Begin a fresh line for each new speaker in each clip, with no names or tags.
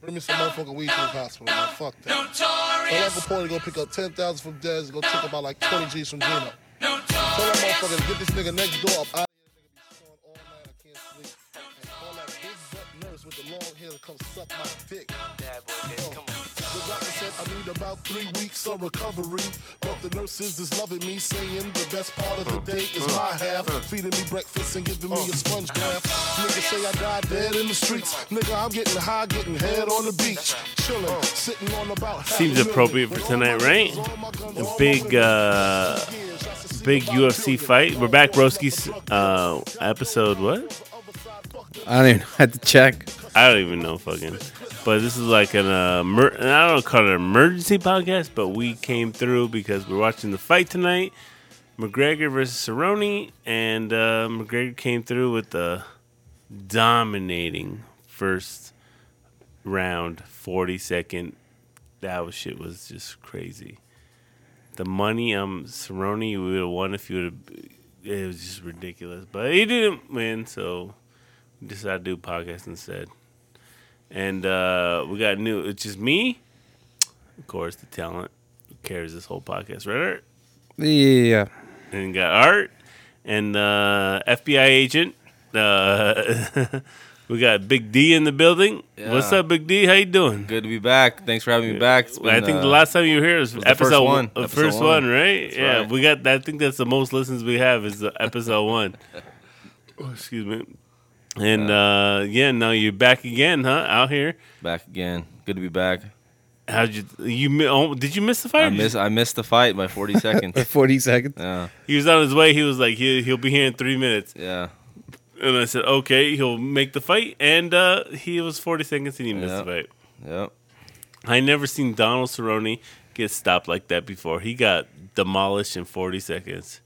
Bring me some motherfucking weed from the hospital. Man. Fuck that. Tell Uncle Porter to go pick up 10,000 from Dez and go take about like 20 G's from Gino. Tell that motherfucker to get this nigga next door up out of here. Nigga be snoring all night. I can't sleep. And call that big butt nurse with the long hair to come suck my dick. The doctor said I need about three weeks of recovery. But the nurses is loving me, saying the best part of
Uh,
the day is my half. Feeding me breakfast and giving me a sponge bath. Niggas say I died dead in the streets. Nigga, I'm getting high, getting head on the beach. Chilling, sitting on about half
Uh. Seems
a million.
appropriate for
With all
tonight,
my
right?
guns, all my guns,
A
all my
big,
women.
uh, big UFC fight. We're back, Broski's uh, episode. What?
I don't even have to check.
I don't even know, fucking. But this is like an uh, emer- I don't call it an emergency podcast, but we came through because we're watching the fight tonight, McGregor versus Cerrone, and uh, McGregor came through with the dominating first round, forty second. That was, shit was just crazy. The money, um, Cerrone would have won if you would have. It was just ridiculous, but he didn't win, so decided to do podcast instead. And uh, we got new. It's just me, of course, the talent who carries this whole podcast, right? Art?
Yeah.
And got Art and uh, FBI agent. Uh, we got Big D in the building. What's
Yeah.
up, Big D? How you doing?
Good to be back. Thanks for having me back. It's
I
been,
think the
uh,
last time you were here was,
was the
episode
first
one.
one.
uh,
Episode
first
one.
one, right? yeah,
right.
we got. I think that's the most listens we have is the episode one. Oh, excuse me. And uh, yeah, now you're back again, huh? Out here.
Back again. Good to be back.
How'd you you mi- oh, did you miss the fight?
I miss I missed the fight by 40 seconds.
40 seconds.
Yeah,
he was on his way. He was like, he, he'll be here in three minutes.
yeah.
And I said, okay, he'll make the fight. And uh, he was 40 seconds and he missed
Yeah.
the fight.
Yep.
I never seen Donald Cerrone get stopped like that before. He got demolished in 40 seconds,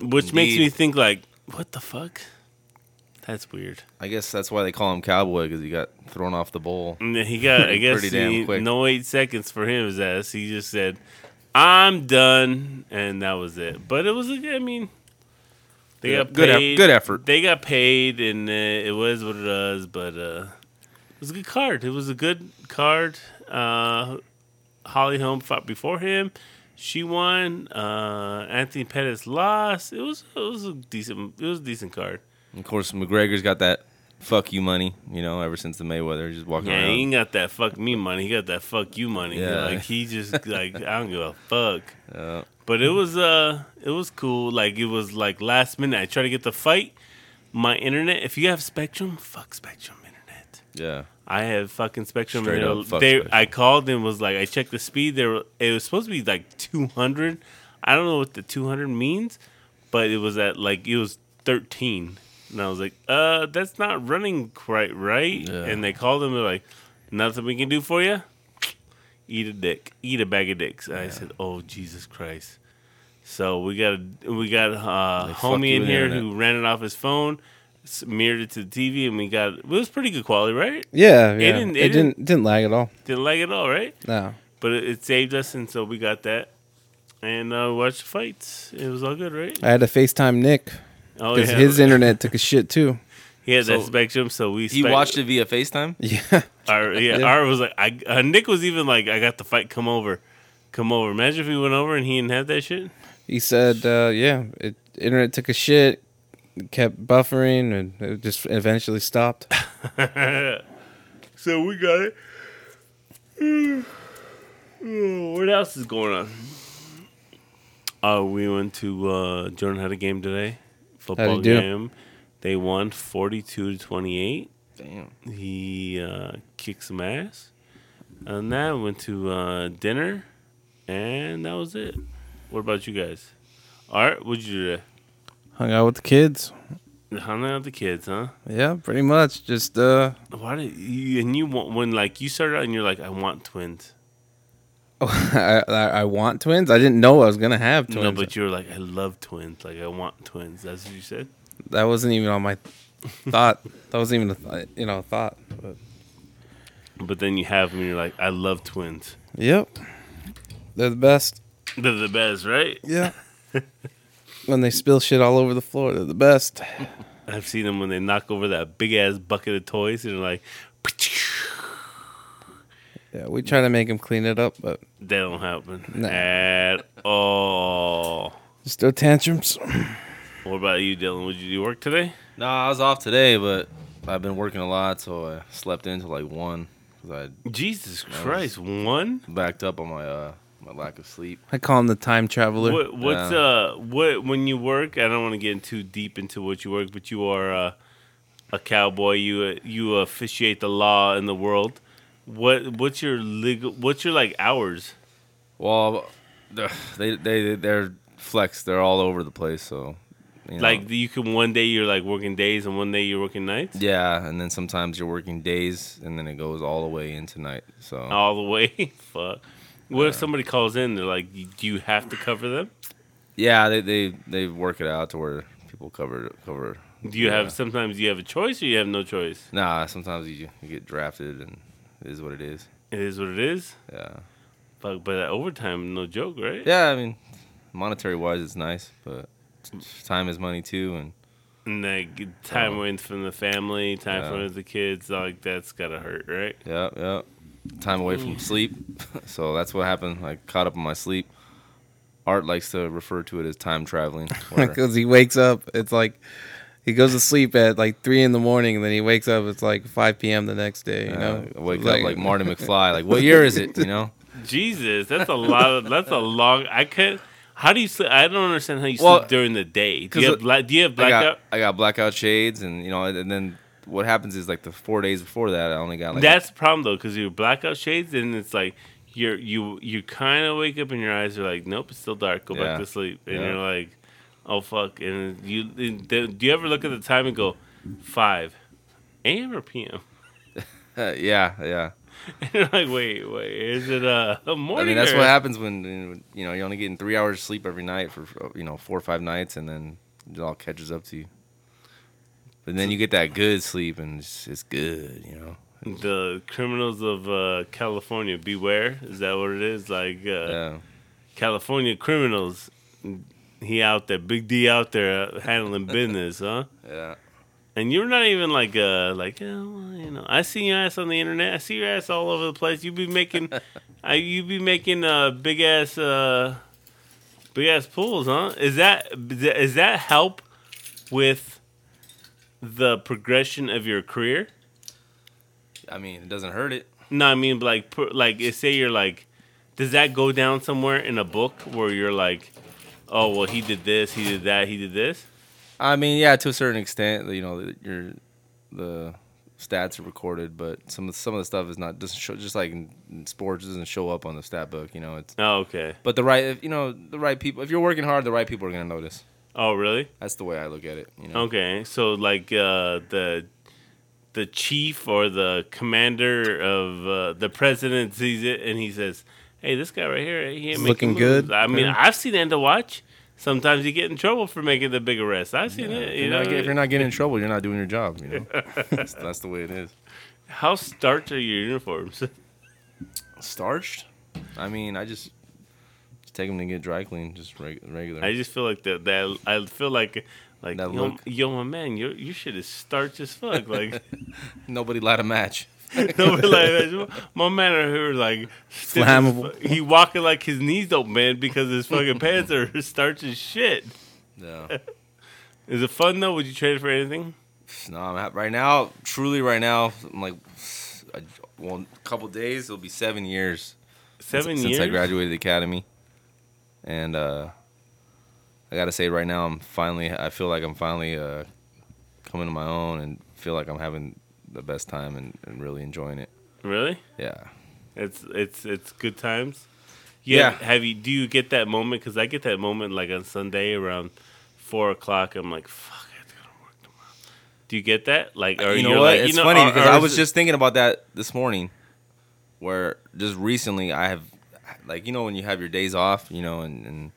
which makes
Indeed.
me think like, what the fuck? That's weird.
I guess that's why they call him Cowboy because he got thrown off the bowl.
And then he got, I guess,
Pretty damn
he-
quick.
no eight seconds for him. His ass. He just said, "I'm done," and that was it. But it was, a good- I mean, they got
Good eff-
paid.
good effort.
They got paid, and uh, it was what it was. But uh, it was a good card. It was a good card. Uh, Holly Holm fought before him. She won. Uh, Anthony Pettis lost. It was it was a decent it was a decent card.
And of course, McGregor's got that fuck you money, you know, ever since the Mayweather. He's just walking
Yeah, he
around.
ain't got that fuck me money. He got that fuck you money.
Yeah.
Like he just like I don't give a fuck.
Yeah.
But it was uh it was cool. Like it was like last minute. I tried to get the fight. My internet. If you have Spectrum, fuck Spectrum internet.
yeah.
I have fucking Spectrum.
Straight
and they-
up, fuck
they,
Spectrum.
I called and was like, I checked the speed. There, were- it was supposed to be like 200. I don't know what the 200 means, but it was at like it was 13, and I was like, uh, that's not running quite right.
Yeah.
And they called them. They're like, nothing we can do for you. Eat a dick. Eat a bag of dicks. And I said, oh Jesus Christ. So we got a we got uh,
They fuck
homie
you
in
with
here
internet.
who ran it off his phone, s- mirrored it to the TV, and we got it was pretty good quality, right?
Yeah, yeah. It,
didn't-
didn't,
it
it didn't lag at all.
Didn't like it all, right?
No.
But it, it saved us, and so we got that. And uh, we watched the fights. It was all good, right?
I had to FaceTime Nick
Oh
because his internet took a shit too.
he had that
So-
spectrum, so we.
He watched it via FaceTime?
Yeah.
Our, yeah,
Yeah.
our was like, I uh, Nick was even like, I got the fight. Come over, come over. Imagine if he went over and he didn't have that shit.
He said, uh, yeah, it, internet took a shit, kept buffering, and it just eventually stopped.
So we got it. Oh, what else is going on? Uh, we went to uh, Jordan had a game today, football
do?
game. They won forty-two to twenty-eight.
Damn.
He uh, kicked some ass. And that went to uh, dinner, and that was it. What about you guys? Art, what'd you do? today?
Hung out with the kids.
Hung out with the kids, huh?
Yeah, pretty much. Just, uh,
Why did you and you want when like you started out and you're like, I want twins.
I, I, I want twins. I didn't know I was going to have twins.
No, but you were like, I love twins. Like I want twins. That's what you said.
that wasn't even on my thought. That wasn't even a th- you know a thought. But.
But then you have them and you're like, I love twins.
Yep, they're the best.
They're the best, right?
Yeah. when they spill shit all over the floor, they're the best.
I've seen them when they knock over that big ass bucket of toys and they're like,
Yeah, we try to make him clean it up, but
That don't happen
Nah.
at all.
still tantrums.
What about you, Dylan? Would you do work today?
No, I was off today, but I've been working a lot, so I slept in till like one because
Jesus
was-
Christ, one.
I backed up on my uh my lack of sleep.
I call him the time traveler.
What, what's
Yeah.
uh what when you work? I don't want to get in too deep into what you work, but you are uh, a cowboy. You uh, you officiate the law in the world. What what's your legal? What's your like hours?
Well, they're- they they they're flexed. They're all over the place. So, you know.
Like you can one day you're like working days and one day you're working nights.
yeah, and then sometimes you're working days, and then it goes all the way into night. So
all the way. Fuck. What if somebody calls in? They're like, do you have to cover them?
yeah, they, they they work it out to where people cover cover.
Do you
Yeah.
have sometimes you have a choice or you have no choice?
Nah, sometimes you, you get drafted, and it is what it is.
It is what it is.
Yeah,
Fuck, but that overtime, no joke, right?
yeah. I mean, monetary wise, it's nice, but time is money too, and
And that g- time
Oh.
away from the family, time
Yeah.
away from the kids, like that's gotta hurt, right?
Yeah, yeah. Time away from sleep. So that's what happened. I caught up in my sleep. Art likes to refer to it as time traveling. where-
Because he wakes up, it's like he goes to sleep at like three in the morning, and then he wakes up. It's like five p.m. the next day. You know,
uh, I wake
Like-
up like Marty McFly. Like, what year is it? You know.
Jesus, that's a lot. Of, that's a long. I could. How do you sleep? I don't understand how you
Well,
sleep during the day. Do
'cause
you have
it-
black? Do you have
I
blackout?
got I got blackout shades, and you know, and, and then what happens is like the four days before that, I only got like
That's the problem though, because you blackout shades, and it's like you're you you kind of wake up and your eyes are like, nope, it's still dark. Go
Yeah.
back to sleep, and
Yeah.
you're like, oh fuck. And you and then- do you ever look at the time and go five a.m. or p.m.
uh, yeah, yeah.
And you're like, wait, wait, is it uh, a morning?
I mean, that's
or-
what happens when you know you're only getting three hours sleep every night for you know four or five nights, and then it all catches up to you. But then you get that good sleep, and it's, it's good, you know.
The criminals of uh, California, beware. Is that what it is? Like uh,
Yeah.
California criminals, he out there, Big D out there uh, handling business, huh?
Yeah.
And you're not even like uh like "Oh, well, you know I see your ass on the internet I see your ass all over the place you be making I you be making uh big ass uh big ass pools huh is that is that help with the progression of your career
I mean, it doesn't hurt it.
no I mean like per, like say you're like does that go down somewhere in a book where you're like oh well he did this he did that he did this
I mean, yeah, to a certain extent, you know, your the stats are recorded, but some of some of the stuff is not doesn't show just like in in sports doesn't show up on the stat book, you know. It's
oh okay
but the right, you know, the right people. If you're working hard, the right people are gonna notice.
oh really
That's the way I look at it. You know.
Okay, so like uh, the the chief or the commander of uh, the president sees it and he says, "Hey, this guy right here, he ain't making
Looking
moves."
good.
I mean,
Yeah.
I've seen end of watch. Sometimes you get in trouble for making the big arrest. I've seen
If
it.
you're,
You know,
not, get- if you're not getting in trouble, you're not doing your job. You know, that's, that's the way it is.
how starch are your uniforms?
Starched? I mean, I just, just take them to get dry cleaned, just reg- regular.
I just feel like that. That I feel like. Like
That
yo,
look.
yo, my man, your your shit is starch as fuck. Like
Nobody light a match.
nobody like that. My man over here like stiff as
Flammable.
fuck. He walking like his knees don't bend because his fucking pants are starch as shit.
No,
Is it fun though? Would you trade it for anything?
no. I'm at, right now, truly, right now, I'm like, I, well, a couple days, it'll be seven years since-
Seven
since,
years.
I graduated the academy, and uh, I gotta say, right now, I'm finally. I feel like I'm finally uh, coming to my own, and feel like I'm having the best time and, and really enjoying it.
Really?
Yeah.
It's it's it's good times.
Yeah.
Have, have you? Do you get that moment? Because I get that moment like on Sunday around four o'clock. I'm like, fuck, I gotta work tomorrow. Do you get that? Like, or
Uh, you know
you're
what?
like,
it's
you know,
funny
or-
because
or
I
is
was
it-
just thinking about that this morning, where just recently I have, like, you know, when you have your days off, you know, and, and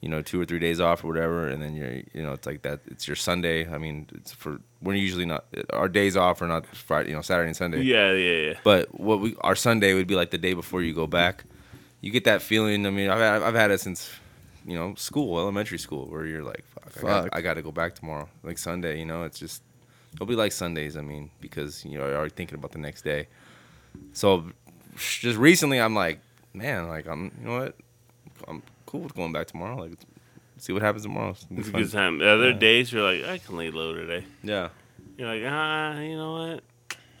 you know, two or three days off or whatever, and then you're, you know, it's like that. It's your Sunday. I mean, it's for we're usually not our days off are not Friday, you know, Saturday and Sunday.
Yeah, yeah, yeah.
But what we our Sunday would be like the day before you go back. You get that feeling. I mean, I've had, I've had it since, you know, school, elementary school, where you're like, fuck, I,
Fuck.
got, I got to go back tomorrow. Like Sunday, you know, it's just it'll be like Sundays. I mean, because you know you're already thinking about the next day. So just recently I'm like, man, like I'm, you know what, I'm cool with going back tomorrow. Like, see what happens tomorrow. It's gonna be
It's a
fun.
good time. The other days you're like, I can lay low today.
Yeah,
You're like, ah, you know what?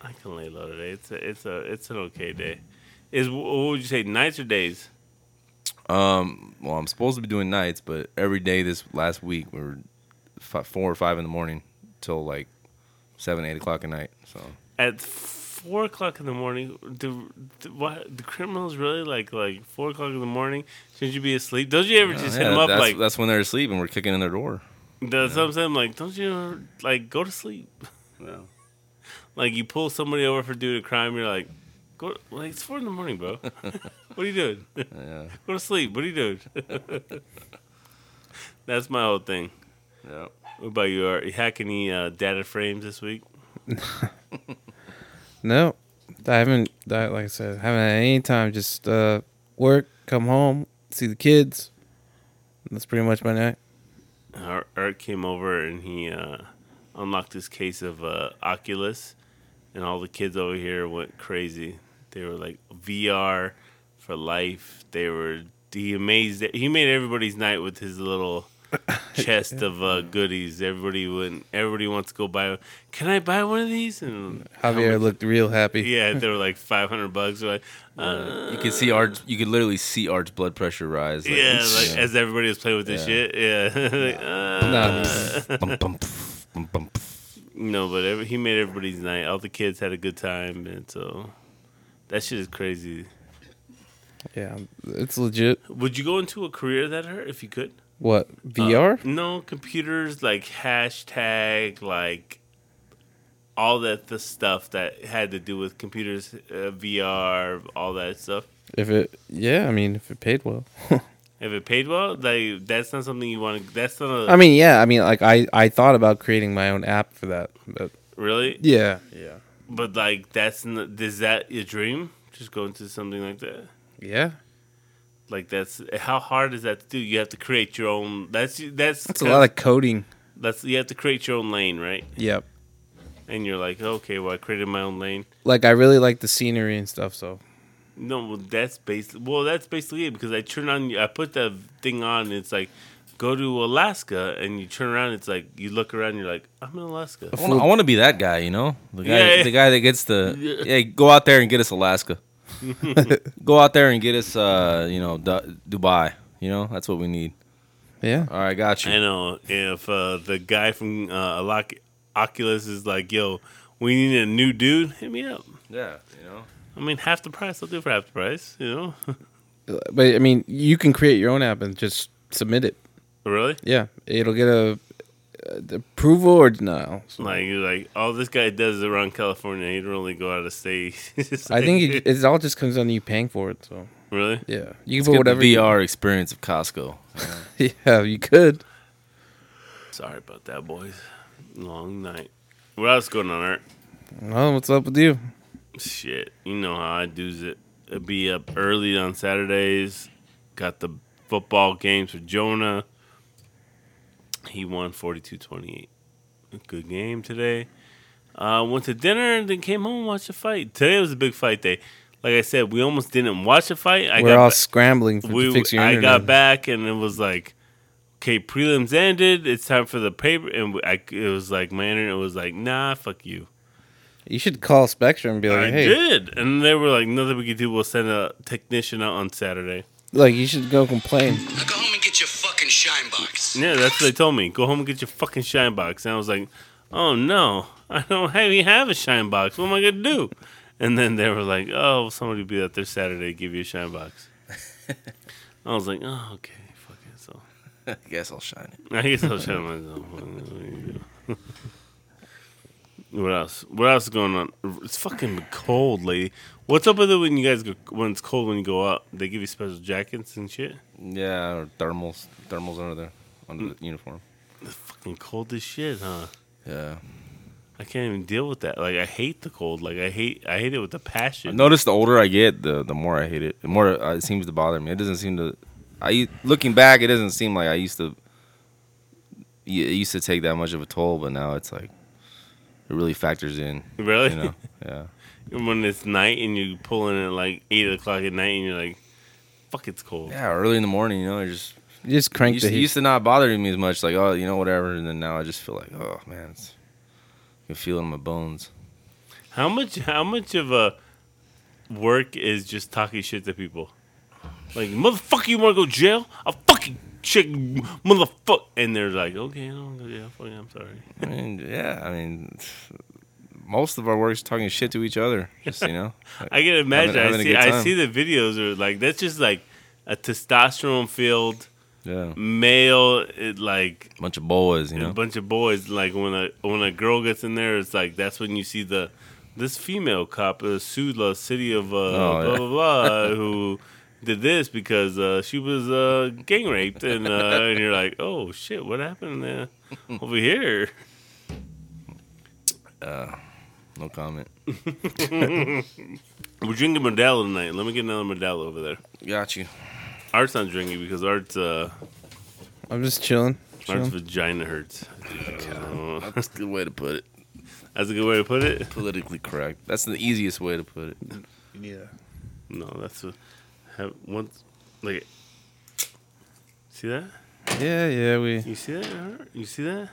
I can lay low today. It's a, it's a, it's an okay day. Is what would you say, nights or days?
Um, well, I'm supposed to be doing nights, but every day this last week we were f- four or five in the morning till like seven, eight o'clock at night. So
At four o'clock in the morning, do, do what? The criminals really like like four o'clock in the morning? Shouldn't you be asleep? Don't you ever just hit
Oh, Yeah,
them up
that's,
like?
that's when they're asleep and we're kicking in their door.
That's what I'm saying. Like, don't you like go to sleep?
No.
Like you pull somebody over for doing a crime, you're like, go like it's four in the morning, bro. what are you doing?
Yeah.
go to sleep. What are you doing? That's my whole thing.
Yeah.
What about you? Are you hacking any uh, data frames this week?
No, I haven't. I, like I said, haven't had any time. Just uh, work, come home, see the kids. That's pretty much my night.
Art Art came over and he uh, unlocked this case of uh, Oculus, and all the kids over here went crazy. They were like VR for life. They were he amazed. He made everybody's night with his little chest of uh, goodies. Everybody went. Everybody wants to go buy. Can I buy one of these? And
Javier looked real happy.
yeah, they were like five hundred bucks. We're Like, uh,
You could see Arch. You could literally see Arch blood pressure rise. Like,
yeah, like as everybody was playing with this shit. Yeah. Like, uh,
Nah,
bum, bum, pff, bum, bum, pff.
No, but every, he made everybody's night. All the kids had a good time, and so that shit is crazy.
yeah, it's legit.
Would you go into a career that hurt if you could? Uh,
What VR?
No, computers like hashtag like all that the stuff that had to do with computers, uh, VR, all that stuff.
if it, yeah, I mean, if it paid well.
If it paid well, like that's not something you want to. That's not a,
I mean, yeah, I mean, like I, I thought about creating my own app for that, but
really,
yeah, yeah,
but like that's n is that your dream? Just go into something like that.
yeah.
Like that's how hard is that to do? You have to create your own. That's that's
It's a lot of coding.
that's you have to create your own lane, right?
Yep.
And you're like, okay, well, I created my own lane.
Like I really like the scenery and stuff. So
No, well, that's basically well, that's basically it because I turn on, I put the thing on. And it's like, go to Alaska, and you turn around. It's like you look around. You're like, I'm in Alaska.
I wanna- I want to be that guy. You know, the guy,
Yeah, yeah.
the guy that gets the
Yeah.
yeah. Go out there and get us Alaska. go out there and get us, uh, you know, Du- Dubai. You know, that's what we need.
yeah,
All right, got you.
I know if uh, the guy from uh, Alac- Oculus is like, yo, we need a new dude. Hit me up.
Yeah, you know.
I mean, half the price. I'll do it for half the price. You know,
but I mean, you can create your own app and just submit it.
really.
Yeah, it'll get a, a approval or denial. So
Like you're like all this guy does is around California. He don't really go out of state. It's
I think
like-
it, it all just comes down to you paying for it. So
really.
yeah, you can put
Let's get the
whatever you-
VR experience of Costco.
Yeah, you could.
Sorry about that, boys. Long night. What else going on, Art?
Oh, what's up with you?
Shit, you know how I do's it. I'd be up early on Saturdays. Got the football games for Jonah. He won 42-28. Good game today. Uh, went to dinner and then came home and watched the fight. Today was a big fight day. Like I said, we almost didn't watch the fight. I
We're
got
all
ba-
scrambling for, to fix your
I
internet.
got back and it was like, okay, prelims ended. It's time for the paper. And I, it was like, my internet was like, nah, fuck you.
You should call Spectrum and be like,
I
hey,
did. And they were like, nothing we could do. We'll send a technician out on Saturday.
like you should go complain.
Now go home and get your fucking shine box.
Yeah, that's what they told me. Go home and get your fucking shine box. And I was like, oh no, I don't have, even have a shine box. What am I going to do? And then they were like, oh, somebody will be out there Saturday, to give you a shine box. I was like, oh, okay, fuck it. So
I guess I'll shine it.
I guess I'll shut myself. what else? What else is going on? It's fucking cold, lady. What's up with it when you guys go when it's cold when you go out? They give you special jackets and shit.
Yeah, or thermals, thermals under the under the uniform.
It's fucking cold as shit, huh?
Yeah,
I can't even deal with that. Like I hate the cold. Like I hate I hate it with a
I
passion.
notice the older I get, the the more I hate it. The more uh, it seems to bother me. It doesn't seem to. I looking back, it doesn't seem like I used to. y- It used to take that much of a toll, but now it's like it really factors in.
really.
You know, Yeah.
when it's night and you pull in at like eight o'clock at night and you're like, fuck, it's cold.
Yeah. Early in the morning, you know, I just
You just
it
crank
used,
the
it
heat.
used to not bother me as much. Like, oh, you know, whatever. And then now I just feel like, oh man, it's I can feel it in my bones.
How much? How much of a work is just talking shit to people? Like motherfucker, you want to go to jail? I'll fucking check, motherfucker. And they're like, okay, I don't go to jail. Fucking, I'm sorry.
I mean, yeah. I mean, most of our work's talking shit to each other. Just you know.
I can imagine.
having a
I see.
good
I
time.
see the videos are like that's just like a testosterone filled
yeah.
male. It like
Bunch of boys, you
a
know.
bunch of boys. Like when a when a girl gets in there, it's like that's when you see the this female cop uh, sued the city of uh,
Oh,
blah
yeah.
blah blah who did this because uh, she was uh, gang raped, and uh, and you're like, oh shit, what happened uh, over here?
No comment.
We're drinking Modelo tonight. Let me get another Modelo over there.
Got you.
Art's not drinking because Art's. Uh,
I'm just chilling.
Mark's
chilling.
vagina hurts. Uh,
That's a good way to put it.
That's a good way to put it.
Politically correct. That's the easiest way to put it.
You need a
No, that's a, have once like. See that?
Yeah, yeah, we.
You see that? Art? You see that?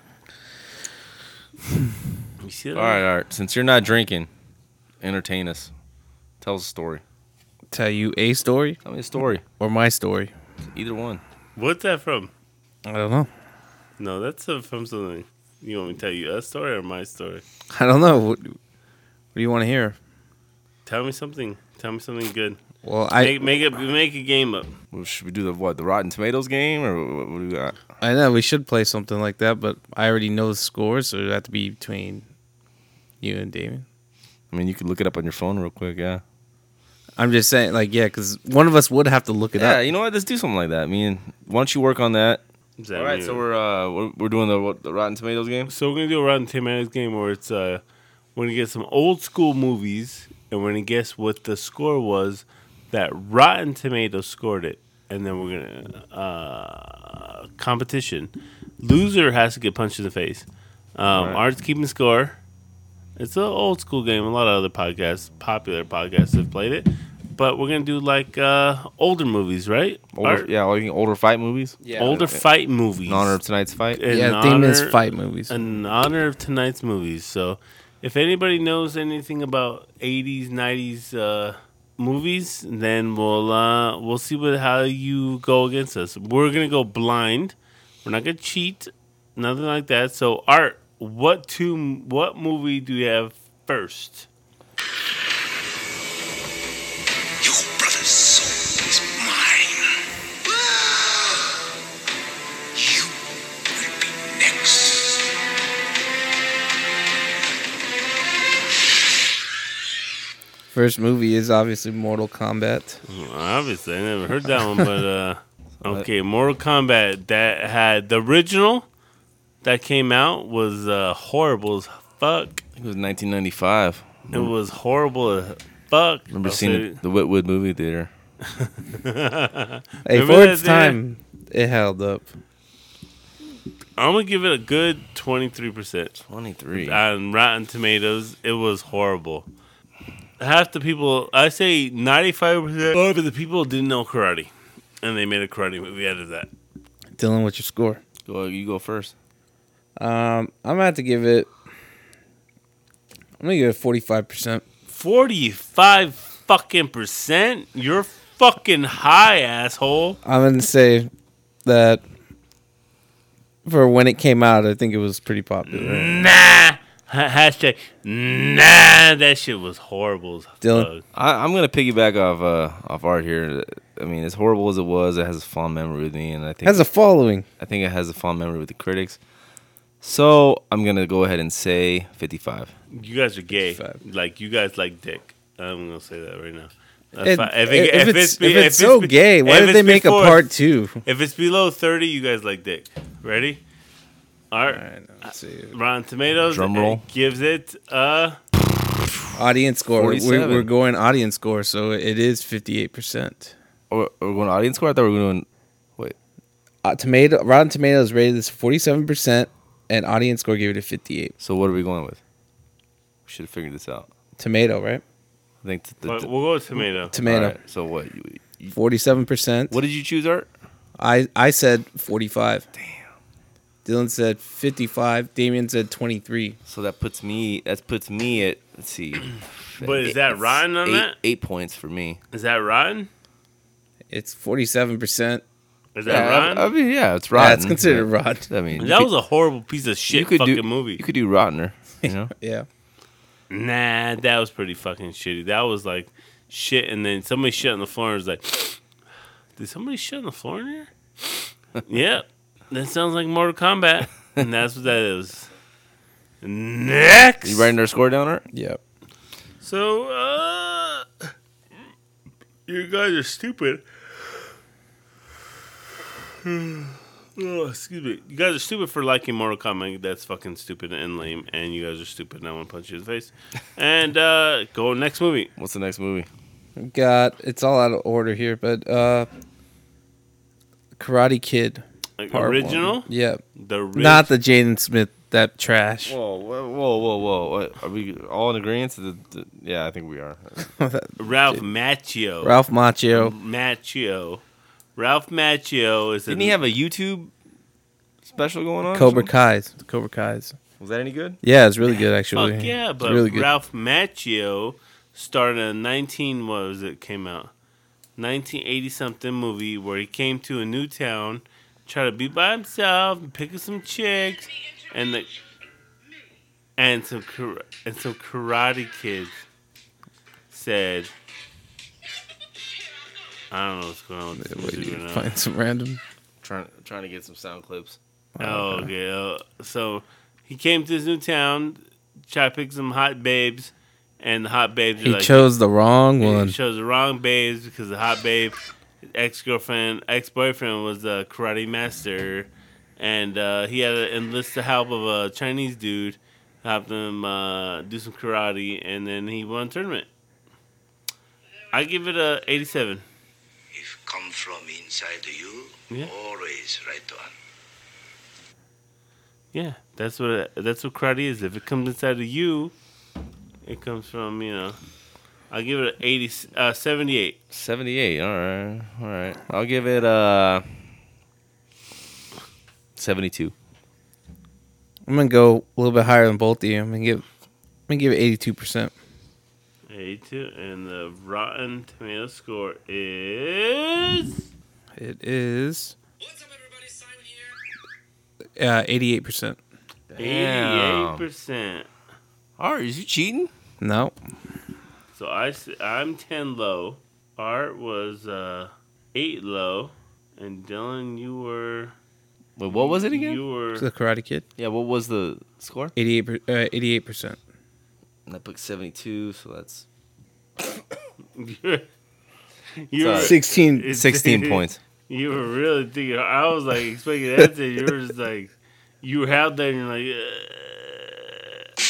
You see that?
All right, all right. Since you're not drinking, entertain us. Tell us a story.
tell you a story
Tell me a story.
or my story.
Either one.
What's that from?
I don't know.
No, that's uh, from something. You want me to tell you a story or my story?
I don't know. What, what do you want to hear?
Tell me something. Tell me something good.
Well, I
make make a make a game up.
Well, Should we do the what? The Rotten Tomatoes game, or what, what do we got?
I know we should play something like that, but I already know the score, so it'd have to be between you and Damien.
I mean, you could look it up on your phone real quick. Yeah.
I'm just saying, like, yeah, because one of us would have to look it
Yeah.
up.
You know what? Let's do something like that. I mean, why don't you work on that?
Is that
All right.
weird?
So we're uh we're, we're doing the what, the Rotten Tomatoes game.
So we're gonna do a Rotten Tomatoes game where it's uh, we're gonna get some old school movies and we're gonna guess what the score was that Rotten Tomatoes scored it, and then we're gonna uh, competition. Loser has to get punched in the face. Um,
Alright.
Art's keeping score. It's an old school game. A lot of other podcasts, popular podcasts, have played it. But we're gonna do like uh, older movies, right?
Older,
Art?
yeah. All you older fight movies.
older fight movies.
In honor of tonight's fight.
In
yeah, the theme is
honor-
fight movies.
in honor of tonight's movies. So, if anybody knows anything about '80s, '90s uh, movies, then we'll uh, we'll see what how you go against us. We're gonna go blind. We're not gonna cheat, nothing like that. So, Art, what two what movie do you have first?
Your brother's soul is mine. You will be next.
First movie is obviously Mortal Kombat.
Well, obviously, I never heard that one, but uh, okay, Mortal Kombat that had the original that came out was uh, horrible as fuck.
I think it was 1995.
It was horrible as fuck.
Remember
I'll
seeing
say-
it, the Whitwood movie theater.
Hey,
Remember
for
that
its
theater?
time, it held up.
I'm gonna give it a good 23 percent
23.
on Rotten Tomatoes. It was horrible. Half the people, I say 95 percent of the people didn't know karate, and they made a karate movie out of that.
Dylan, what's your score?
Go, you go first.
Um, I'm gonna have to give it. I'm gonna give it 45. percent
45 fucking percent. You're fucking high, asshole.
I'm gonna say that for when it came out, I think it was pretty popular.
Nah. Ha- Hashtag nah. That shit was horrible. as
Dylan.
fuck.
I, I'm gonna piggyback off uh, off art here. I mean, as horrible as it was, it has a fond memory with me, and I think
Has a following.
I think it has a fond memory with the critics. So I'm gonna go ahead and say 55.
You guys are gay.
Fuck.
Like you guys like dick. I'm gonna say that right now.
It-
I-
if, it's,
be-
if it's so
be-
gay, why
if
did
it's
they make
before-
a part two?
If it's below thirty, you guys like dick. Ready? All right.
Let's see.
Rotten Tomatoes
Drum
it
roll.
gives it uh
Audience score. We're,
47.
we're going audience score, so it is 58. percent
Or are we going audience score? I thought we were going.
uh, tomato Rotten Tomatoes rated this 47%, and audience score gave it a 58.
So what are we going with? We should have figured this out.
tomato, right?
I think the,
But we'll go with tomato.
Tomato,
so what? You, you-
forty-seven percent.
what did you choose, Art?
I I said forty-five. Damn. Dylan said fifty-five. Damien said twenty-three.
So that puts me. That puts me at. Let's see.
But is that
It's
rotten on
eight,
that?
Eight points for me.
Is that rotten?
It's forty-seven percent.
Is that rotten?
I, I mean, yeah, it's rotten.
That's considered
but-
rotten.
I mean, you
that
could-
was a horrible piece of shit fucking
do,
movie.
You could do Rottener. You know,
Yeah.
Nah, that was pretty fucking shitty. That was like shit, and then somebody shit on the floor and was like, Did somebody shit on the floor in here? yep. That sounds like Mortal Kombat. And that's what that is. Next.
you writing our score down, Art?
Yep.
So, uh. You guys are stupid. Oh, excuse me. You guys are stupid for liking Mortal Kombat. That's fucking stupid and lame. And you guys are stupid. And I want to punch you in the face. And uh, go next movie.
What's the next movie?
We've got it's all out of order here, but uh Karate Kid.
Like,
part one.
original?
Yep.
The ri-
Not the Jaden Smith that trash.
Whoa, whoa, whoa, whoa! whoa. What, are we all in agreement? The, the, yeah, I think we are.
Ralph Macchio.
Ralph Macchio.
Macchio. Ralph Macchio is in-
Didn't he have a YouTube special going on? or
Cobra
something?
Kai's. Cobra Kai's.
Was that any good?
Yeah, it's really good actually.
Fuck yeah,
It's
but
really good.
Ralph Macchio started a 19 what was it came out 1980 something movie where he came to a new town, tried to be by himself, pick up some chicks, and the and some kara- and some karate kids said. I don't know what's going on. With this
Wait,
music
you
right now.
find some random
Trying trying to get some sound clips.
Oh, okay. Uh, so he came to this new town, tried to pick some hot babes, and the hot babes
He
are like,
chose the wrong
he
one.
chose the wrong babes because the hot babe, ex girlfriend, ex boyfriend was a karate master, and uh, he had to enlist the help of a Chinese dude, help him uh, do some karate, and then he won a tournament. I give it a 87.
If come from inside you,
Yeah.
always right one.
Yeah, that's what that's what karate is. If it comes inside of you, it comes from you know. I give it an 80, uh, 78.
Seventy eight. All right, all right. I'll give it uh seventy two.
I'm gonna go a little bit higher than both of you. I'm gonna give I'm gonna give it eighty two percent.
82. And the Rotten Tomato score is.
It is uh eighty eight percent.
88%.
Art, is you cheating?
No.
So I, s- I'm 10 low. Art was uh, 8 low. And Dylan, you were.
Wait, what was it again?
You
It's
were.
the Karate Kid.
yeah, what was the score?
Eighty eight eighty eight percent.
And I booked seventy two, so that's
you were
Sorry.
Sixteen
It's-
sixteen points.
You were really thinking. I was like expecting that. To, you were just like, you were out there and you're like, uh,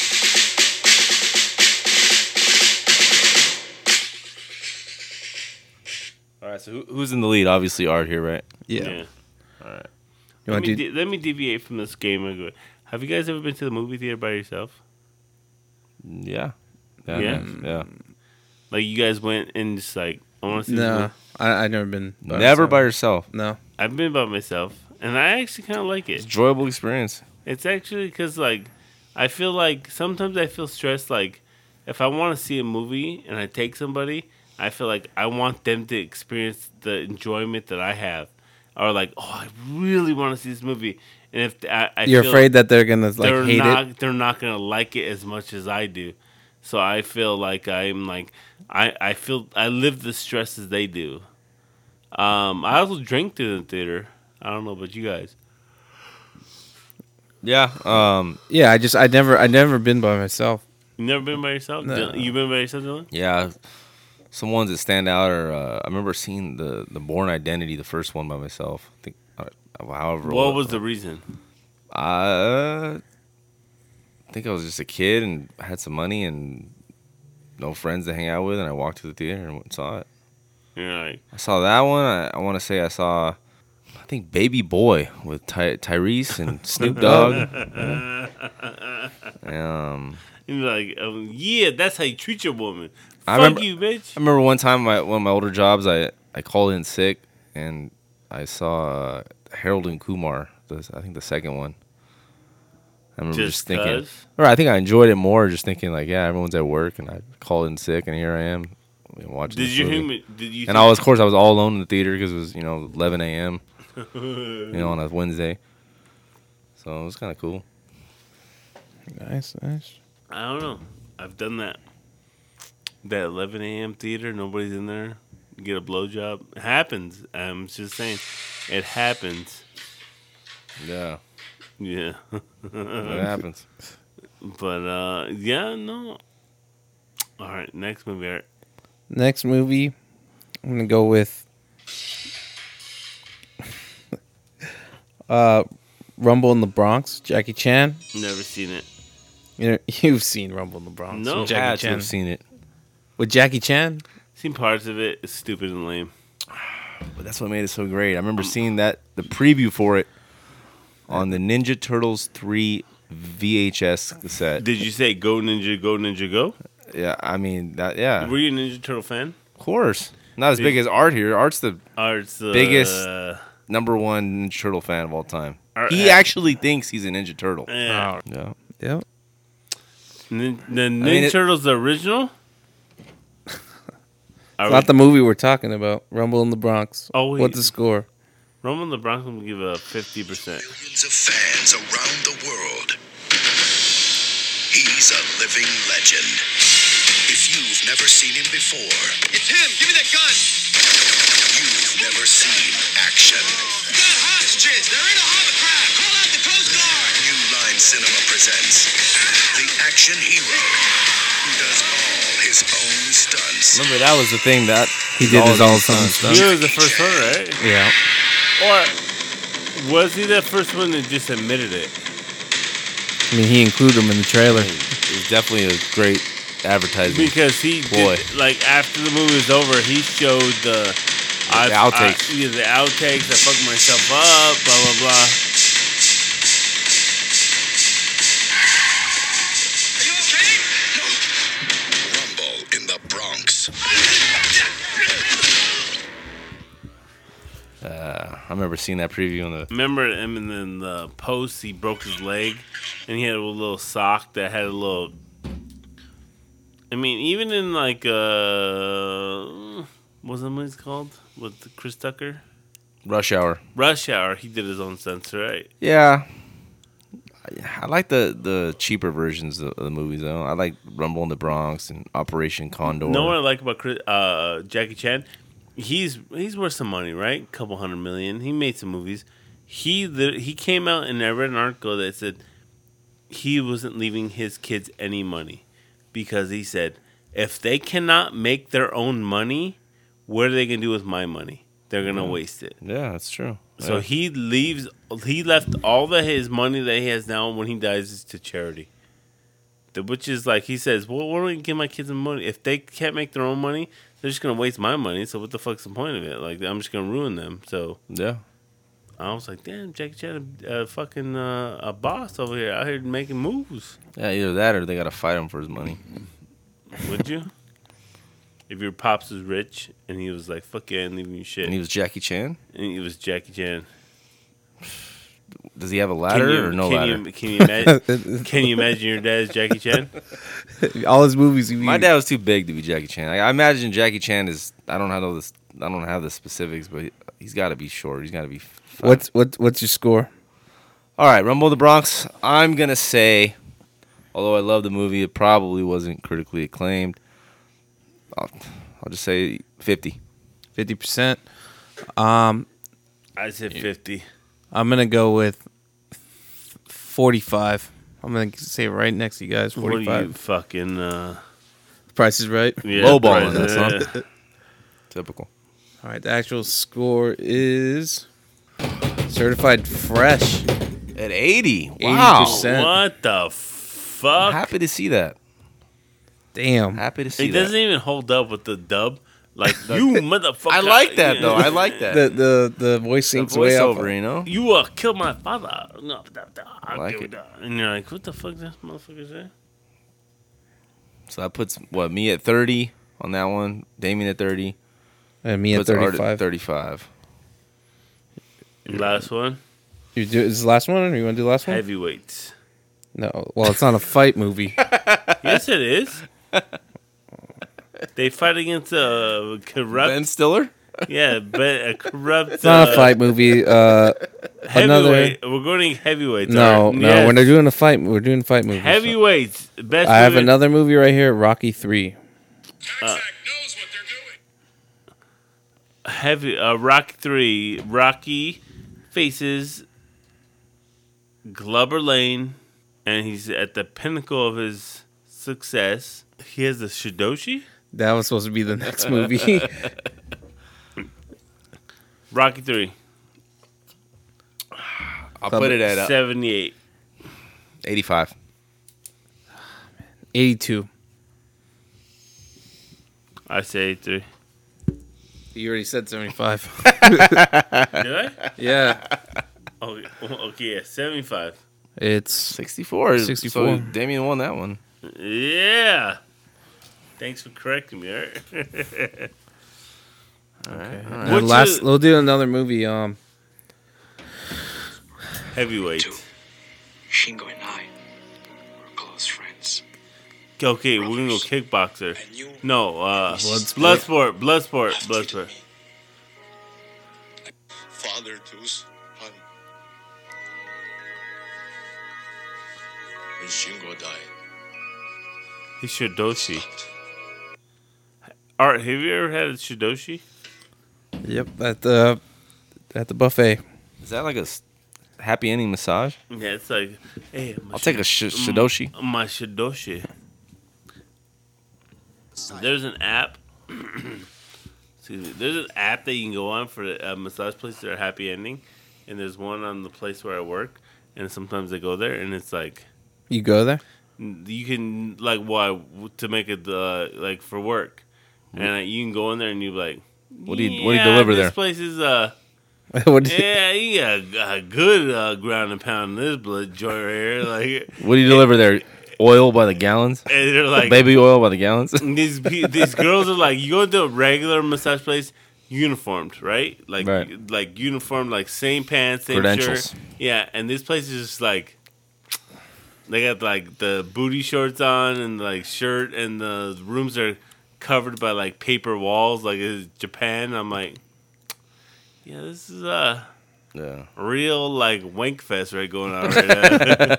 All right, so who, who's in the lead? Obviously, Art here, right?
yeah. You
Let
want
me,
to
de- let me deviate from this game. and go- Have you guys ever been to the movie theater by yourself?
Yeah. Yeah.
Yeah.
man. yeah.
Like you guys went and just like, I want to see. this
No,
movie.
I I never been.
Never by
myself.
yourself.
No,
I've been by myself, and I actually kind of like it.
Enjoyable experience.
It's actually because like I feel like sometimes I feel stressed. Like if I want to see a movie and I take somebody, I feel like I want them to experience the enjoyment that I have, or like oh I really want to see this movie, and if I, I
you're
feel
afraid that they're gonna like
they're
hate
not
it.
they're not gonna like it as much as I do, so I feel like I'm like I I feel I live the stress as they do. Um, I also drink through the theater. I don't know about you guys.
Yeah. Um.
Yeah, I just I never I never been by myself.
You never been by yourself?
No.
Dylan- You been by yourself, Dylan?
Yeah. Some ones that stand out are uh, I remember seeing the the Born Identity, the first one by myself. I think. Uh, however.
What was the reason?
Uh, I think I was just a kid and had some money and no friends to hang out with, and I walked to the theater and went and saw it.
You're like,
I saw that one. I, I want to say I saw, I think Baby Boy with Ty- Tyrese and Snoop Dogg. Yeah. um,
And you're like, um, yeah, that's how you treat your woman.
I
Fuck
remember-
you, bitch.
I remember one time, my, one of my older jobs, I, I called in sick, and I saw uh, Harold and Kumar. The, I think the second one. I remember just,
Just
thinking.
'cause?
Or I think I enjoyed it more, just thinking like, yeah, everyone's at work, and I called in sick, and here I am you know, watching.
Did
this
you
movie.
human? Did you?
And I was, of course, I was all alone in the theater because it was, you know, 11 a.m. you know, on a Wednesday. So it was kind of cool.
Nice, nice.
I don't know. I've done that. That 11 a.m. theater, nobody's in there. You get a blowjob. It happens. I'm just saying, it happens.
Yeah,
Yeah, Uh-huh.
it happens.
but uh, yeah, no. All right, next movie. Eric.
Next movie, I'm gonna go with uh, Rumble in the Bronx. Jackie Chan.
Never seen it.
You know, you've seen Rumble in the Bronx.
No.
with Jackie
Had to have
Chan.
seen it,
With Jackie Chan,
Seen parts of it. It's stupid and lame.
but that's what made it so great. I remember seeing that the preview for it on the Ninja Turtles three VHS cassette.
Did you say go ninja, go ninja, go?
yeah, I mean that. Yeah,
Were you a Ninja Turtle fan?
of course. Not as big as Art here. Art's the
Or it's the
Biggest-
Uh,
number one Ninja Turtle fan of all time.
Art
He
had-
actually thinks he's a Ninja Turtle.
yeah.
Yeah.
yep.
Nin- the Ninja
mean, it-
Turtles the original. Are
It's
we,
not the movie we're talking about. Rumble in the Bronx.
Oh, wait.
what's the score?
Roman LeBron's gonna give a fifty percent.
Millions of fans around the world. He's a living legend. If you've never seen him before,
It's him! Give me that gun!
you've never seen action.
We got hostages! They're in a hovercraft! Call out the Coast Guard!
New Line Cinema presents the action hero who does all his own stunts.
Remember that was the thing that
He did his all sons
He
stuff.
was the first one, right?
Yeah.
Or was he the first one that just admitted it?
I mean, he included him in the trailer.
It was definitely a great advertisement.
Because he
Boy.
did, like after the movie was over, he showed the, I-
outtakes.
I, yeah, the outtakes. I fucked myself up. Blah blah blah.
Are you okay?
Rumble in the Bronx.
I remember seeing that preview on the.
Remember him and then the post. He broke his leg, and he had a little sock that had a little. I mean, even in like uh, what's the movie's called with Chris Tucker?
Rush Hour.
Rush Hour. He did his own stunts, right?
Yeah. I, I like the the cheaper versions of, of the movies though. I like Rumble in the Bronx and Operation Condor.
know what I like about Chris, uh, Jackie Chan? He's he's worth some money, right? Couple hundred million. He made some movies. He lit- he came out and I read an article that said he wasn't leaving his kids any money because he said if they cannot make their own money, what are they gonna do with my money? They're gonna waste it.
yeah, that's true.
So
Yeah.
he leaves. He left all the his money that he has now when he dies is to charity. The which is like he says, well, why don't I give my kids the money? If they can't make their own money, they're just gonna waste my money. So what the fuck's the point of it? Like I'm just gonna ruin them. So
yeah,
I was like, damn, Jackie Chan, a uh, fucking uh, a boss over here out here making moves.
yeah, either that or they gotta fight him for his money.
Would you? if your pops was rich and he was like, fuck yeah, I'm leaving you shit,
And he was Jackie Chan.
was Jackie Chan.
Does he have a
Can
ladder
you-
or no
can
ladder?
You, can you imagine? can you imagine your dad's Jackie Chan?
All his movies. He
My dad was too big to be Jackie Chan. I, I imagine Jackie Chan is. I don't know this. I don't have the specifics, but he, he's got to be short. He's got to be. fat.
What's what? What's your score?
All right, Rumble in the Bronx. I'm gonna say, although I love the movie, it probably wasn't critically acclaimed. I'll, I'll just say 50.
Fifty percent.
I said fifty.
I'm gonna go with forty-five. I'm gonna say it right next to you guys.
What are you
Forty-five.
fucking uh,
Price is right.
yeah,
Lowballing
price-
us,
yeah.
Typical.
All right. The actual score is certified fresh.
At 80. Wow.
80%.
What the fuck?
Happy to see that.
Damn.
Happy to
it
see that.
doesn't even hold up with the dub. Like you motherfucker.
I like that though. I like that.
The the the voice
The
syncs way up.
voiceover, you know.
You will kill my father. No, da, da, I
like
give
it.
da. And you're like, what the fuck does this motherfucker say?
So that puts what me at thirty on that one. Damien at thirty.
And me at
puts Art
35.
at thirty-five.
Last one,
You do is this the last one or you want to do the last one?
heavyweights.
No. Well, it's not a fight movie.
Yes, it is. They fight against a corrupt,
Ben Stiller.
yeah, but a corrupt.
It's not a fight movie. Uh another-
heavyweight. We're going heavyweights.
no,
Art.
no,
Yes.
we're not doing a fight. We're doing fight movies.
heavyweights. Best.
I have
movie-
another movie right here, Rocky 3.
knows what they're doing.
heavy uh, Rocky three. Rocky faces Glover Lane, and he's at the pinnacle of his success. He has the Shidoshi.
That was supposed to be the next movie.
Rocky three.
I'll put it at uh,
Seventy eight.
eighty-five.
82.
I say three.
You already said 75.
Did I?
yeah.
Okay, okay yeah, seventy five.
It's
Sixty-four. is-
64.
So Damien won that one.
Yeah. Thanks for correcting me. all right?
and
What's
last
a-
we'll do another movie um
Heavyweights.
Shingo and I were close friends.
Okay, we're gonna go kickboxer.
And you
No, uh,
Bloodsport.
Bloodsport, Bloodsport,
have treated
Bloodsport.
me
Father to his son.
when Shingo died.
He's Shidoshi. Art, have you ever had a Shidoshi?
yep, at the at the buffet.
Is that like a s- happy ending massage? Mm.
Yeah, it's like, hey, my
I'll take a sh- shidoshi.
My Shidoshi. There's an app. excuse me. There's an app that you can go on for a massage place that are happy ending, and there's one on the place where I work. And sometimes I go there, and it's like
You go there?
you can like why to make it uh, like for work,
Mm.
and uh, you can go in there and you be like,
What do you- what do you deliver
this
there?"
place is uh
what do you-
yeah you got a good uh, ground and pound in this blood joint right here like
What do you deliver there? Oil by the gallons?
and they're like
Baby oil by the gallons?
these pe- these girls are like you go to a regular massage place uniformed right like
Right.
like uniformed like same pants same
Credentials.
shirt yeah and this place is just like they got like the booty shorts on and like shirt and the rooms are covered by like paper walls like it's Japan I'm like yeah this is uh
yeah.
real like wank fest right going on right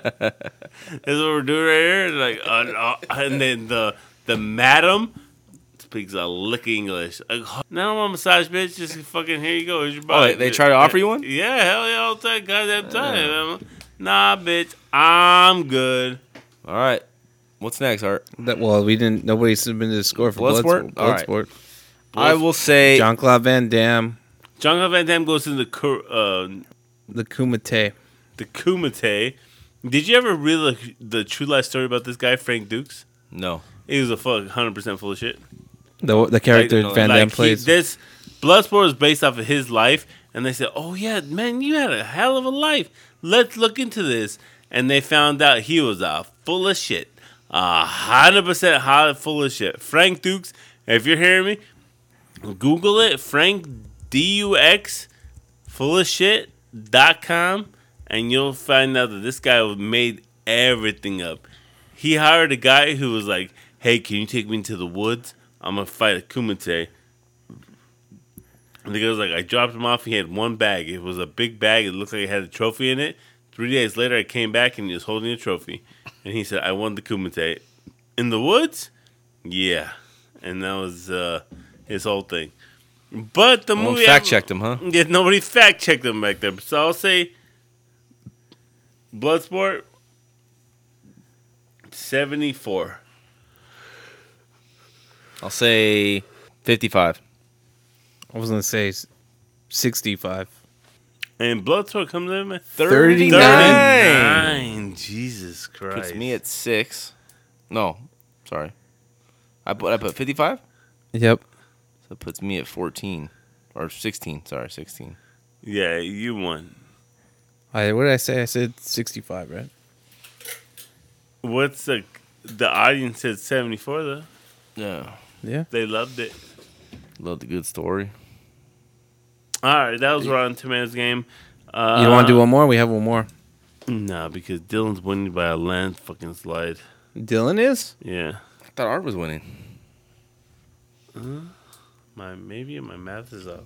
now. That's what we're doing right here. And, like, uh, no. and then the the madam speaks a lick of English. Like, now I'm on massage, bitch. Just fucking here you go. Here's your body.
they- Oh, they try to offer you one?
Yeah, hell yeah, all the time, goddamn time. I'm- Nah, bitch, I'm good.
All right. What's next, Art?
That, well, we didn't. Nobody submitted a score for Bloodsport.
Bloodsport? All right.
Bloodsport.
I will say
John Claude Van Damme,
John Van Damme goes to the cur- uh,
the Kumite.
the Kumite. Did you ever read the, the true life story about this guy Frank Dukes?
no.
He was a fuck, hundred percent full of shit.
The the character
Like-
Van
like
Damme
he-
plays.
this Bloodsport is based off of his life, and they said, "Oh yeah, man, you had a hell of a life. Let's look into this." And they found out he was a full of shit, a hundred percent hot full of shit. Frank Dukes, if you're hearing me, Google it. Frank D U X full of shit dot com, and you'll find out that this guy made everything up he hired a guy who was like, "Hey, can you take me into the woods? I'm gonna fight a kumite." And the guy was like, "I dropped him off. He had one bag. It was a big bag. It looked like it had a trophy in it." Three days later, I came back and he was holding a trophy, and he said, "I won the kumite in the woods." Yeah, and that was uh, his whole thing. But the
No one
movie
fact checked him, huh?
Yeah, nobody fact checked him back there. So I'll say, Bloodsport, seventy four.
I'll say 55.
I was gonna say s- sixty-five.
And Bloodsport comes in at
39.
39. Jesus Christ.
Puts me at 6. No. Sorry. I put I put 55? So
Yep.
that puts me at 14 or 16, sorry, 16.
yeah, you won.
I what did I say? I said sixty-five, right?
What's the The audience said 74 though.
Yeah.
Yeah.
They loved it.
Love the good story.
All right, that was Rotten Tomatoes game. Uh,
You don't want to do one more? We have one more.
Nah, because Dylan's winning by a land fucking slide.
Dylan is?
Yeah.
I thought Art was winning.
My maybe my math is off.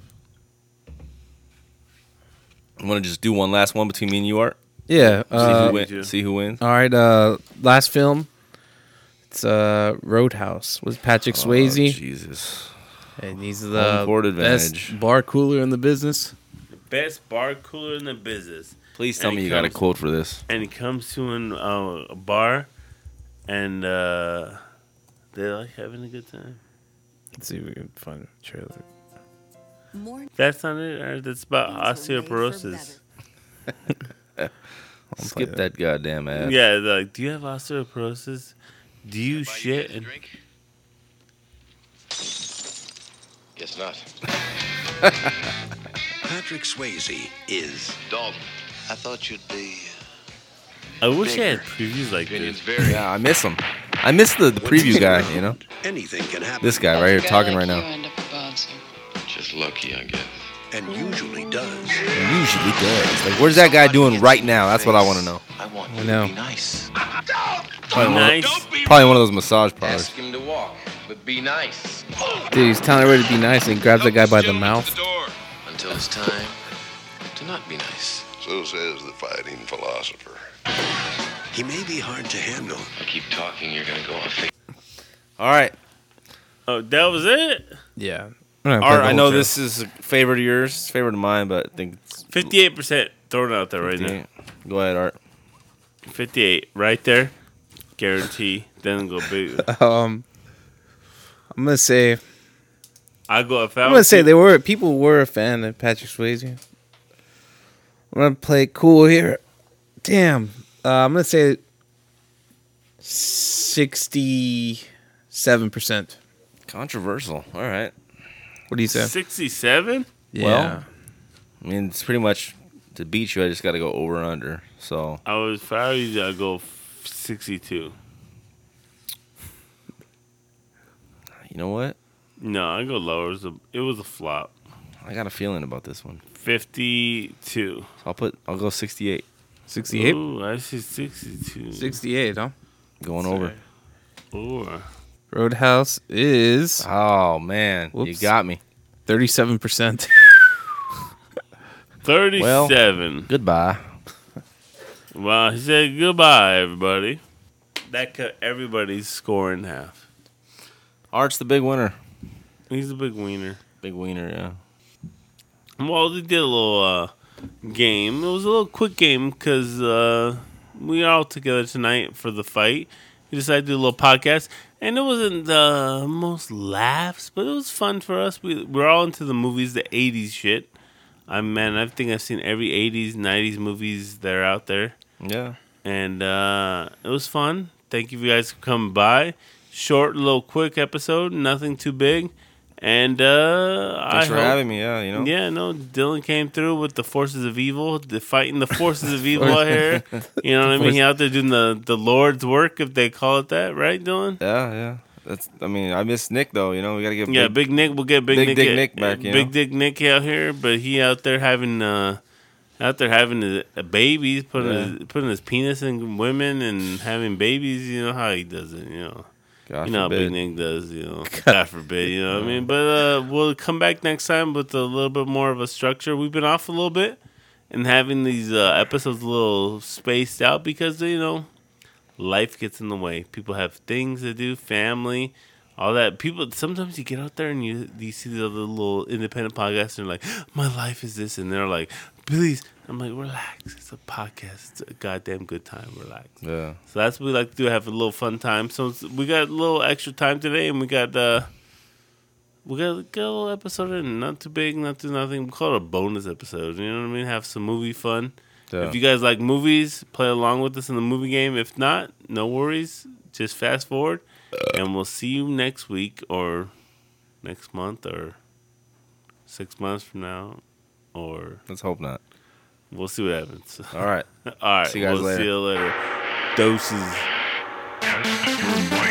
You want to just do one last one between me and you, Art?
Yeah.
See
uh,
who
we do.
wins. See who wins.
all right. Uh, last film. It's uh, Roadhouse with Patrick
Oh,
Swayze.
Jesus.
and he's
Home court
the best
advantage.
bar cooler in the business.
The best bar cooler in the business.
Please tell
And
me
it
you got a
comes-
quote for this.
And he comes to an, uh, a bar and uh, they're like having a good time.
Let's see if we can find a trailer.
More
That's not it. All right, that's about Uh, osteoporosis.
I'll play
Skip that goddamn ad.
Yeah, they're like, do you have osteoporosis? Do you shit? And
Guess not.
Patrick Swayze is
Dalton, I thought you'd be.
I wish I had previews like
Opinions
this.
vary.
Yeah, I miss him. I miss the, the preview guy, you know?
anything can happen,
This guy right here talking right now.
Just lucky, I guess.
and usually does.
Usually does. Like, where's that guy doing right now? That's what I want to know.
I want
you to know. be
nice.
Probably one, of,
Nice.
probably one of those massage parlors.
Ask him to walk, but be nice
Dude, he's telling everybody to be nice and he grabs that guy by the mouth.
until it's time to not be nice.
So says the fighting philosopher. He may be hard to handle.
I keep talking, you're gonna go off.
All right.
Oh, that was it?
Yeah.
Art, I know this is a favorite of yours, favorite of mine, but I think it's
58% thrown out there right now.
Go ahead, Art.
58 right there. Guarantee. then go big.
Um, I'm gonna say I'm
I go if I
gonna say they were people were a fan of Patrick Swayze. I'm gonna play cool here. Damn, uh, I'm gonna say sixty-seven percent.
Controversial. All right.
What do you say?
67?
Yeah.
Well- I mean, it's pretty much to beat you, I just got to go over and under. So,
I was probably I go f- 62.
you know what?
No, I go lower. It was a, it was a flop.
I got a feeling about this one.
52.
So I'll put, I'll go 68.
sixty-eight.
Ooh, I see 62.
Sixty-eight. Huh.
Going over.
Ooh.
Roadhouse is
Oh, man. You
Whoops.
got me.
thirty-seven percent.
37.
Goodbye.
Well, he said goodbye, everybody. That cut everybody's score in half.
Art's the big winner.
He's a big wiener.
Big wiener, yeah.
Well, we did a little uh, game. It was a little quick game because uh, we are all together tonight for the fight. We decided to do a little podcast, and it wasn't the most laughs, but it was fun for us. We we're all into the movies, the '80s shit. I man, I think I've seen every '80s, '90s movies that are out there,
Yeah.
and uh, it was fun. Thank you guys for coming by. Short, little, quick episode, nothing too big, and uh,
Thanks
I
for
hope-
having me. Yeah, you know.
yeah, no, Dylan came through with the forces of evil, the fighting the forces of evil out here. You know what I mean? He out there doing the, the Lord's work, if they call it that, right, Dylan?
Yeah, yeah. That's. I mean, I miss Nick though. You know, we gotta give.
Yeah, Big Nick, we'll get Big,
Big
Nick,
Dick
at-
Nick back, you
Big
know?
Dick Nick out here, but he out there having uh, out there having a, a babies, putting his, putting his penis in women and having babies. You know how he does it. You know,
God
you know how Big
forbid.
Nick does. You know, God forbid. You know what I mean? But uh, we'll come back next time with a little bit more of a structure. We've been off a little bit and having these uh, episodes a little spaced out because you know life gets in the way. People have things to do, family, all that. People sometimes you get out there and you you see the other little independent podcasts and they're like, my life is this, and they're like, please. I'm like, relax. It's a podcast. It's a goddamn good time. Relax.
Yeah.
So that's what we like to do. Have a little fun time. So it's- we got a little extra time today, and we got uh, we got, got a little episode in. Not too big, not too nothing. We call it a bonus episode. You know what I mean? Have some movie fun.
Yeah.
If you guys like movies, play along with us in the movie game. If not, no worries. Just fast forward, and we'll see you next week or next month or six months from now, or
Let's hope not.
we'll see what happens.
All right.
All right.
See you guys
we'll
later.
see you later. Doses.
X, Y,